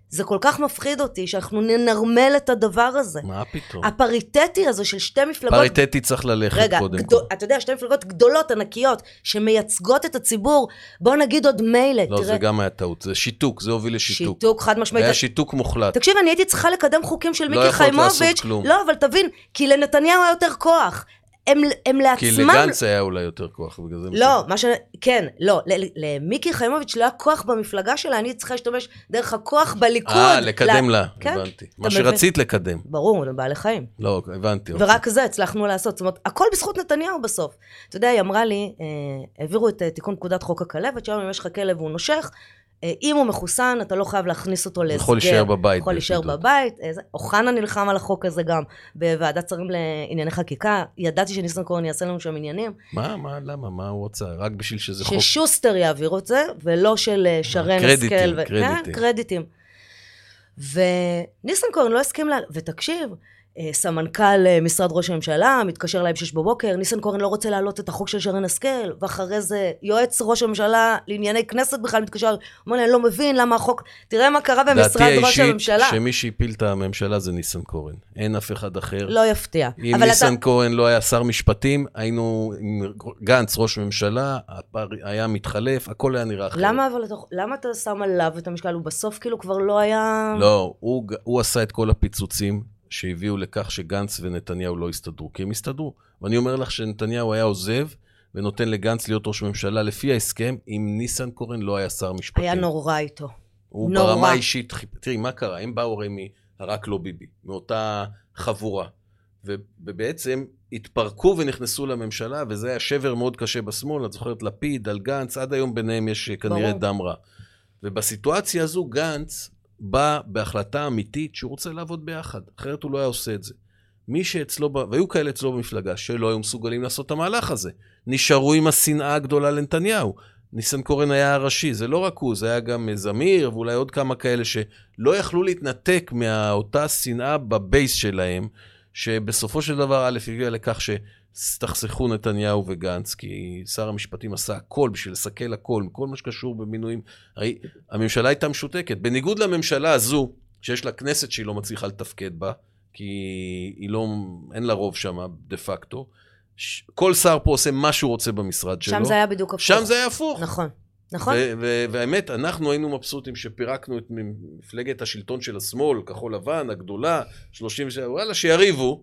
[SPEAKER 2] זה כל כך מפחיד אותי שאנחנו ננרמל את הדבר הזה.
[SPEAKER 1] מה פתאום?
[SPEAKER 2] הפריטטי הזה של שתי מפלגות...
[SPEAKER 1] פריטטי צריך ללכת
[SPEAKER 2] אה, רגע,
[SPEAKER 1] קודם כל.
[SPEAKER 2] גדול, אתה יודע, שתי מפלגות גדולות, ענקיות, שמייצגות את הציבור, בוא נגיד עוד מילא,
[SPEAKER 1] לא,
[SPEAKER 2] תראה,
[SPEAKER 1] זה גם היה טעות. זה שיתוק, זה הוביל לשיתוק.
[SPEAKER 2] שיתוק חד משמעית.
[SPEAKER 1] היה שיתוק מוחלט.
[SPEAKER 2] תקשיב, אני הייתי צריכה לקדם חוקים של
[SPEAKER 1] לא
[SPEAKER 2] מיקי
[SPEAKER 1] יכולת לעשות
[SPEAKER 2] חיימוביץ',
[SPEAKER 1] כלום.
[SPEAKER 2] לא, אבל תבין, כי לנתניהו היה יותר כוח. הם, הם
[SPEAKER 1] כי
[SPEAKER 2] לעצמם...
[SPEAKER 1] לגנץ היה אולי יותר כוח, בגלל זה...
[SPEAKER 2] לא, מה ש... כן, לא. ל- ל- למיקי חיימוביץ' לא היה כוח במפלגה שלה, אני צריכה להשתמש דרך הכוח בליכוד.
[SPEAKER 1] אה, לקדם לה,
[SPEAKER 2] כן.
[SPEAKER 1] הבנתי. מה
[SPEAKER 2] מבין?
[SPEAKER 1] שרצית לקדם.
[SPEAKER 2] ברור, לבעלי חיים.
[SPEAKER 1] לא, הבנתי. אוקיי.
[SPEAKER 2] ורק זה הצלחנו לעשות. זאת אומרת, הכל בזכות נתניהו בסוף. אתה יודע, היא אמרה לי, אה, העבירו את אה, תיקון פקודת חוק הכלבת, שהיום אם יש לך כלב והוא נושך, אה, אם הוא מחוסן, אתה לא חייב להכניס אותו להסגר.
[SPEAKER 1] יכול להישאר בבית.
[SPEAKER 2] יכול להישאר
[SPEAKER 1] בבידוד.
[SPEAKER 2] בבית. אה, זה- אוחנה נלחם על החוק הזה גם בוועדת שרים לענייני חקיקה. ידעתי שניסנקורן יעשה לנו שם עניינים.
[SPEAKER 1] מה, מה, למה, מה הוא רוצה? רק בשביל שזה חוק.
[SPEAKER 2] ששוסטר יעביר את זה, ולא של אה, שרן
[SPEAKER 1] קרדיטים,
[SPEAKER 2] השכל. ו-
[SPEAKER 1] קרדיטים.
[SPEAKER 2] כן, קרדיטים. וניסנקורן לא הסכים ל... ותקשיב, אה, סמנכ"ל אה, משרד ראש הממשלה מתקשר אליי בשש בבוקר, ניסנקורן לא רוצה להעלות את החוק של שרן השכל, ואחרי זה יועץ ראש הממשלה לענייני כנסת בכלל מתקשר, אומר לי, אני לא מבין למה החוק... תראה מה קרה במשרד ראש הממשלה.
[SPEAKER 1] שמי שהפיל את הממשלה זה ניסנקורן. אין אף אחד אחר.
[SPEAKER 2] לא יפתיע.
[SPEAKER 1] אם
[SPEAKER 2] אבל אתה...
[SPEAKER 1] ניסנקורן לא היה שר משפטים, היינו עם גנץ ראש ממשלה, הפר- היה מתחלף, הכל היה נראה אחרת.
[SPEAKER 2] למה אבל אתה... למה אתה שם עליו את המשקל? הוא בסוף כאילו כבר לא היה...
[SPEAKER 1] לא, הוא, ג- הוא עשה את כל הפיצוצים שהביאו לכך שגנץ ונתניהו לא הסתדרו, כי הם הסתדרו. ואני אומר לך שנתניהו היה עוזב ונותן לגנץ להיות ראש ממשלה, לפי ההסכם, אם ניסנקורן לא היה שר משפטים.
[SPEAKER 2] היה נורא איתו.
[SPEAKER 1] הוא
[SPEAKER 2] נורא.
[SPEAKER 1] ברמה האישית, חיפ- תראי, מה קרה? הם באו הרי מהרק לא ביבי, מאותה חבורה. ו- ובעצם התפרקו ונכנסו לממשלה, וזה היה שבר מאוד קשה בשמאל, את זוכרת לפיד, על גנץ, עד היום ביניהם יש אה, כנראה
[SPEAKER 2] ברור.
[SPEAKER 1] דם רע. ובסיטואציה הזו גנץ בא בהחלטה אמיתית שהוא רוצה לעבוד ביחד, אחרת הוא לא היה עושה את זה. מי שאצלו, ב- והיו כאלה אצלו במפלגה, שלא היו מסוגלים לעשות את המהלך הזה. נשארו עם השנאה הגדולה לנתניהו. ניסנקורן היה הראשי, זה לא רק הוא, זה היה גם אה, זמיר ואולי עוד כמה כאלה שלא יכלו להתנתק מאותה שנאה בבייס שלהם, שבסופו של דבר א' הביאה לכך שהסתכסכו נתניהו וגנץ, כי שר המשפטים עשה הכל בשביל לסכל הכל, כל מה שקשור במינויים. הרי הממשלה הייתה משותקת. בניגוד לממשלה הזו, שיש לה כנסת שהיא לא מצליחה לתפקד בה, כי היא לא, אין לה רוב שם דה פקטו, ש- כל שר פה עושה מה שהוא רוצה במשרד שלו.
[SPEAKER 2] שם זה היה בדיוק הפוך.
[SPEAKER 1] שם זה היה הפוך.
[SPEAKER 2] נכון. נכון?
[SPEAKER 1] ו- ו- והאמת, אנחנו היינו מבסוטים שפירקנו את מפלגת השלטון של השמאל, כחול לבן, הגדולה, 37, וואלה, שיריבו.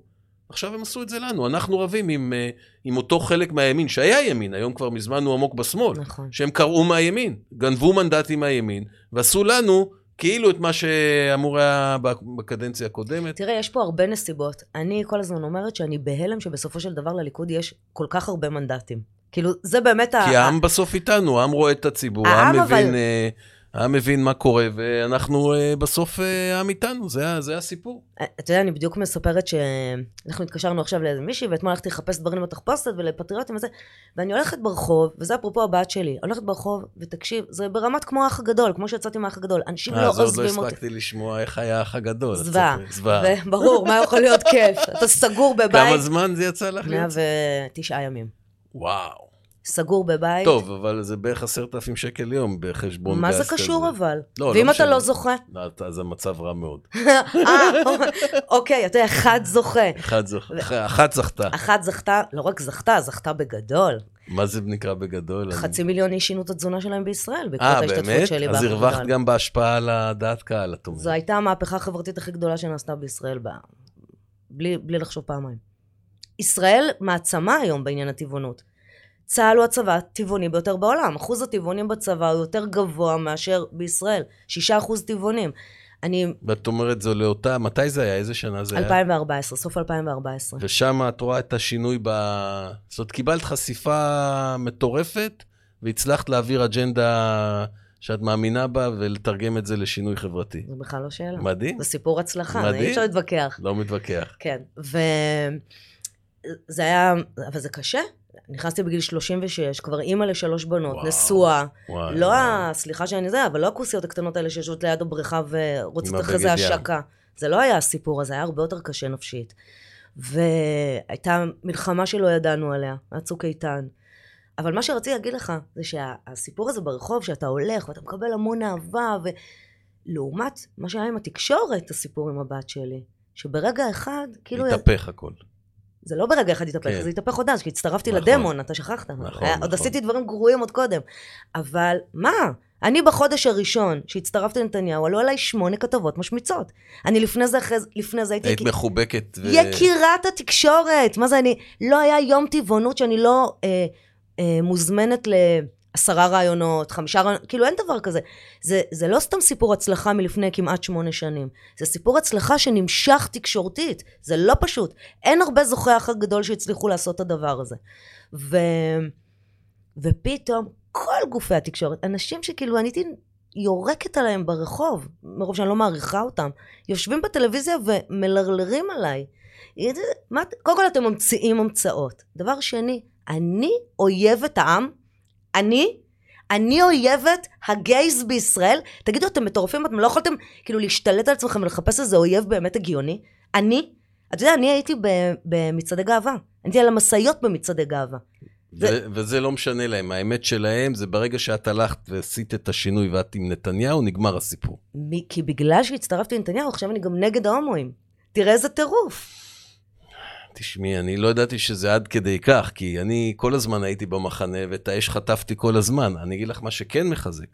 [SPEAKER 1] עכשיו הם עשו את זה לנו, אנחנו רבים עם, אה, עם אותו חלק מהימין, שהיה ימין, היום כבר מזמן הוא עמוק בשמאל,
[SPEAKER 2] נכון.
[SPEAKER 1] שהם קרעו מהימין, גנבו מנדטים מהימין, ועשו לנו כאילו את מה שאמור היה ב- בקדנציה הקודמת.
[SPEAKER 2] תראה, יש פה הרבה נסיבות. אני כל הזמן אומרת שאני בהלם שבסופו של דבר לליכוד יש כל כך הרבה מנדטים. כאילו, זה באמת ה...
[SPEAKER 1] כי העם בסוף איתנו, העם רואה את הציבור,
[SPEAKER 2] העם
[SPEAKER 1] העם
[SPEAKER 2] אבל-
[SPEAKER 1] מבין... אה, היה מבין מה קורה, ואנחנו אה, בסוף אה, העם איתנו, זה, ה- זה הסיפור.
[SPEAKER 2] אתה יודע, אני בדיוק מספרת שאנחנו התקשרנו עכשיו לאיזה מישהי, ואתמול הלכתי לחפש דברים לתחפושת ולפטריוטים וזה, ואני הולכת ברחוב, וזה אפרופו הבת שלי, הולכת ברחוב, ותקשיב, זה ברמת כמו האח הגדול, כמו שיצאתי מהאח הגדול, אנשים
[SPEAKER 1] אה,
[SPEAKER 2] לא
[SPEAKER 1] אז עוד לא
[SPEAKER 2] עוזבים אותי.
[SPEAKER 1] הספקתי לשמוע איך היה האח הגדול. את
[SPEAKER 2] זוועה.
[SPEAKER 1] ספרי, זוועה.
[SPEAKER 2] ו- ברור, מה יכול להיות כיף? אתה סגור
[SPEAKER 1] כמה
[SPEAKER 2] בבית,
[SPEAKER 1] זמן זה יצא לך? להיות?
[SPEAKER 2] 109 ימים.
[SPEAKER 1] וואו.
[SPEAKER 2] סגור בבית.
[SPEAKER 1] טוב, אבל זה בערך עשרת אלפים שקל ליום בחשבון גס
[SPEAKER 2] מה זה
[SPEAKER 1] כזה.
[SPEAKER 2] קשור אבל?
[SPEAKER 1] לא, לא
[SPEAKER 2] ואם אתה
[SPEAKER 1] משנה.
[SPEAKER 2] לא זוכה?
[SPEAKER 1] לא, אז המצב רע מאוד.
[SPEAKER 2] אה, אוקיי, אתה יודע, אחד זוכה.
[SPEAKER 1] אחת זכ-
[SPEAKER 2] ו-
[SPEAKER 1] אח- אחת זכתה.
[SPEAKER 2] אחת זכתה, לא רק זכתה, זכתה בגדול.
[SPEAKER 1] מה זה נקרא בגדול? אני-
[SPEAKER 2] חצי מיליון איש שינו את התזונה שלהם בישראל, בעקבות
[SPEAKER 1] אה,
[SPEAKER 2] ההשתתפות
[SPEAKER 1] באמת?
[SPEAKER 2] שלי
[SPEAKER 1] אז
[SPEAKER 2] בהכרזה.
[SPEAKER 1] הרווחת גם בהשפעה על הדעת קהל, את
[SPEAKER 2] זו
[SPEAKER 1] אומרת.
[SPEAKER 2] הייתה המהפכה החברתית הכי גדולה שנעשתה בישראל, ב... בלי, בלי לחשוב פעמיים. ישראל מעצמה היום בעניין הטבעונות. צה"ל הוא הצבא הטבעוני ביותר בעולם. אחוז הטבעונים בצבא הוא יותר גבוה מאשר בישראל. שישה אחוז טבעונים. אני,
[SPEAKER 1] ואת אומרת, זו לאותה, מתי זה היה? איזה שנה זה היה?
[SPEAKER 2] 2014, סוף 2014.
[SPEAKER 1] ושם את רואה את השינוי ב... זאת אומרת, קיבלת חשיפה מטורפת, והצלחת להעביר אג'נדה שאת מאמינה בה ולתרגם את זה לשינוי חברתי.
[SPEAKER 2] זה בכלל לא שאלה.
[SPEAKER 1] מדהים,
[SPEAKER 2] זה סיפור הצלחה,
[SPEAKER 1] מדהים.
[SPEAKER 2] אי אפשר להתווכח.
[SPEAKER 1] לא מתווכח.
[SPEAKER 2] כן, וזה היה, אבל זה קשה. נכנסתי בגיל 36, כבר אימא לשלוש בנות,
[SPEAKER 1] וואו.
[SPEAKER 2] נשואה.
[SPEAKER 1] וואי,
[SPEAKER 2] לא
[SPEAKER 1] וואי.
[SPEAKER 2] ה... סליחה שאני זה, אבל לא הכוסיות הקטנות האלה שיושבות ליד הבריכה
[SPEAKER 1] עם
[SPEAKER 2] ורוצות אחרי זה
[SPEAKER 1] הבגד ים.
[SPEAKER 2] השקה. זה לא היה הסיפור הזה, היה הרבה יותר קשה נפשית. והייתה מלחמה שלא ידענו עליה, היה צוק איתן. אבל מה שרציתי להגיד לך, זה שהסיפור הזה ברחוב, שאתה הולך ואתה מקבל המון אהבה, ולעומת מה שהיה עם התקשורת, הסיפור עם הבת שלי, שברגע אחד, כאילו...
[SPEAKER 1] התהפך הכל.
[SPEAKER 2] זה לא ברגע אחד התהפך,
[SPEAKER 1] כן.
[SPEAKER 2] זה התהפך עוד אז, כי הצטרפתי
[SPEAKER 1] נכון.
[SPEAKER 2] לדמון, אתה שכחת.
[SPEAKER 1] נכון,
[SPEAKER 2] היה-
[SPEAKER 1] נכון.
[SPEAKER 2] עוד עשיתי דברים גרועים עוד קודם. אבל מה? אני בחודש הראשון שהצטרפתי לנתניהו, עלו עליי שמונה כתבות משמיצות. אני לפני זה, אחרי, זה- לפני זה כאילו- הייתי...
[SPEAKER 1] היית
[SPEAKER 2] יקי-
[SPEAKER 1] מחובקת. ו-
[SPEAKER 2] יקירת התקשורת! מה זה, אני... לא היה יום טבעונות שאני לא אה, אה, מוזמנת לעשרה רעיונות, חמישה רעיונות, כאילו אין דבר כזה. זה, זה לא סתם סיפור הצלחה מלפני כמעט שמונה שנים. זה סיפור הצלחה שנמשך תקשורתית. זה לא פשוט. אין הרבה זוכי אחר גדול שהצליחו לעשות את הדבר הזה. ו... ופתאום כל גופי התקשורת, אנשים שכאילו אני הייתי יורקת עליהם ברחוב, מרוב שאני לא מעריכה אותם, יושבים בטלוויזיה ומלרלרים עליי. איזה- מה, את- קודם כל אתם ממציאים המצאות. דבר שני, אני אויבת העם, אני, אני אויבת הגייז בישראל. תגידו, אתם מטורפים, אתם לא יכולתם כאילו להשתלט על עצמכם ולחפש איזה אויב באמת הגיוני? אני, אתה יודע, אני הייתי ב- במצעדי גאווה. אני הייתי על המשאיות במצעדי גאווה.
[SPEAKER 1] ו- וזה לא משנה להם, האמת שלהם זה ברגע שאת הלכת ועשית את השינוי ואת עם נתניהו, נגמר הסיפור.
[SPEAKER 2] מ- כי בגלל שהצטרפתי לנתניהו, עכשיו אני גם נגד ההומואים. תראה איזה טירוף.
[SPEAKER 1] תשמעי, אני לא ידעתי שזה עד כדי כך, כי אני כל הזמן הייתי במחנה ואת האש חטפתי כל הזמן. אני אגיד לך מה שכן מחזק,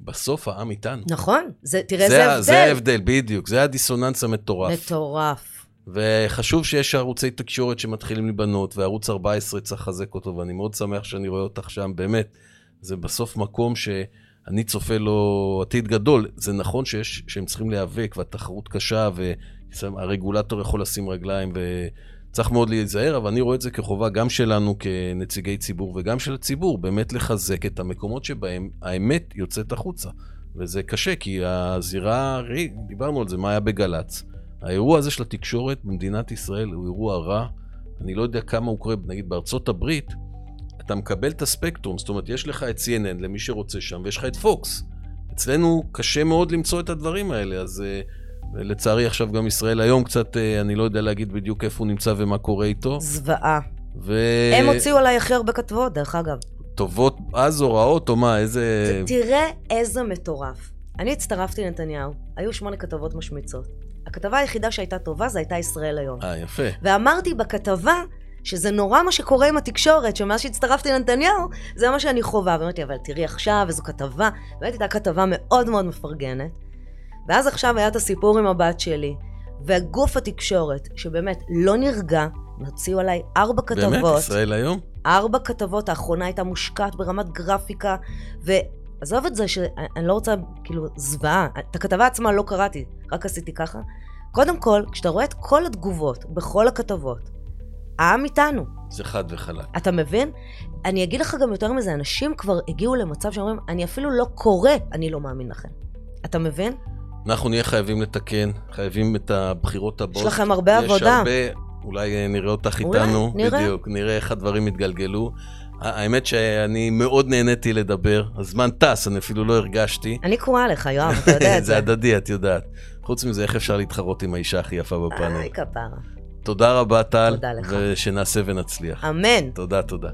[SPEAKER 1] בסוף העם איתנו.
[SPEAKER 2] נכון, זה, תראה
[SPEAKER 1] זה
[SPEAKER 2] איזה
[SPEAKER 1] ה-
[SPEAKER 2] הבדל.
[SPEAKER 1] זה ההבדל, בדיוק. זה הדיסוננס המטורף.
[SPEAKER 2] מטורף.
[SPEAKER 1] וחשוב שיש ערוצי תקשורת שמתחילים להיבנות, וערוץ 14 צריך לחזק אותו, ואני מאוד שמח שאני רואה אותך שם, באמת. זה בסוף מקום שאני צופה לו עתיד גדול. זה נכון שיש, שהם צריכים להיאבק, והתחרות קשה, והרגולטור יכול לשים רגליים, וצריך מאוד להיזהר, אבל אני רואה את זה כחובה גם שלנו כנציגי ציבור, וגם של הציבור, באמת לחזק את המקומות שבהם האמת יוצאת החוצה. וזה קשה, כי הזירה, הרי דיברנו על זה, מה היה בגל"צ. האירוע הזה של התקשורת במדינת ישראל הוא אירוע רע. אני לא יודע כמה הוא קורה, נגיד בארצות הברית, אתה מקבל את הספקטרום, זאת אומרת, יש לך את CNN למי שרוצה שם, ויש לך את פוקס. אצלנו קשה מאוד למצוא את הדברים האלה, אז uh, לצערי עכשיו גם ישראל היום קצת, uh, אני לא יודע להגיד בדיוק איפה הוא נמצא ומה קורה איתו.
[SPEAKER 2] זוועה.
[SPEAKER 1] ו...
[SPEAKER 2] הם הוציאו עליי הכי הרבה כתבות, דרך אגב.
[SPEAKER 1] טובות אז או רעות או מה, איזה...
[SPEAKER 2] תראה איזה מטורף. אני הצטרפתי לנתניהו, היו שמונה כתבות משמיצות. הכתבה היחידה שהייתה טובה זה הייתה ישראל היום.
[SPEAKER 1] אה, יפה.
[SPEAKER 2] ואמרתי בכתבה שזה נורא מה שקורה עם התקשורת, שמאז שהצטרפתי לנתניהו, זה מה שאני חווה. ואמרתי, אבל תראי עכשיו, איזו כתבה. באמת הייתה כתבה מאוד מאוד מפרגנת. ואז עכשיו היה את הסיפור עם הבת שלי, והגוף התקשורת, שבאמת לא נרגע, הוציאו עליי ארבע כתבות.
[SPEAKER 1] באמת, ישראל היום?
[SPEAKER 2] ארבע כתבות, האחרונה הייתה מושקעת ברמת גרפיקה, ועזוב את זה שאני לא רוצה, כאילו, זוועה. את הכתבה עצמה לא קראתי, רק עשיתי ככה. קודם כל, כשאתה רואה את כל התגובות בכל הכתבות, העם איתנו.
[SPEAKER 1] זה חד וחלק.
[SPEAKER 2] אתה מבין? אני אגיד לך גם יותר מזה, אנשים כבר הגיעו למצב שאומרים, אני אפילו לא קורא, אני לא מאמין לכם. אתה מבין?
[SPEAKER 1] אנחנו נהיה חייבים לתקן, חייבים את הבחירות הבאות.
[SPEAKER 2] יש לכם הרבה
[SPEAKER 1] יש
[SPEAKER 2] עבודה.
[SPEAKER 1] הרבה, אולי אה, נראה אותך
[SPEAKER 2] אולי,
[SPEAKER 1] איתנו.
[SPEAKER 2] נראה.
[SPEAKER 1] בדיוק, נראה איך הדברים יתגלגלו. ה- האמת שאני מאוד נהניתי לדבר, הזמן טס, אני אפילו לא הרגשתי.
[SPEAKER 2] אני קרואה לך, יואב, אתה יודע את זה.
[SPEAKER 1] זה הדדי, את יודעת. חוץ מזה, איך אפשר להתחרות עם האישה הכי יפה בפאנל?
[SPEAKER 2] איי, כפרה.
[SPEAKER 1] תודה רבה, טל.
[SPEAKER 2] תודה לך.
[SPEAKER 1] ושנעשה ונצליח.
[SPEAKER 2] אמן.
[SPEAKER 1] תודה, תודה.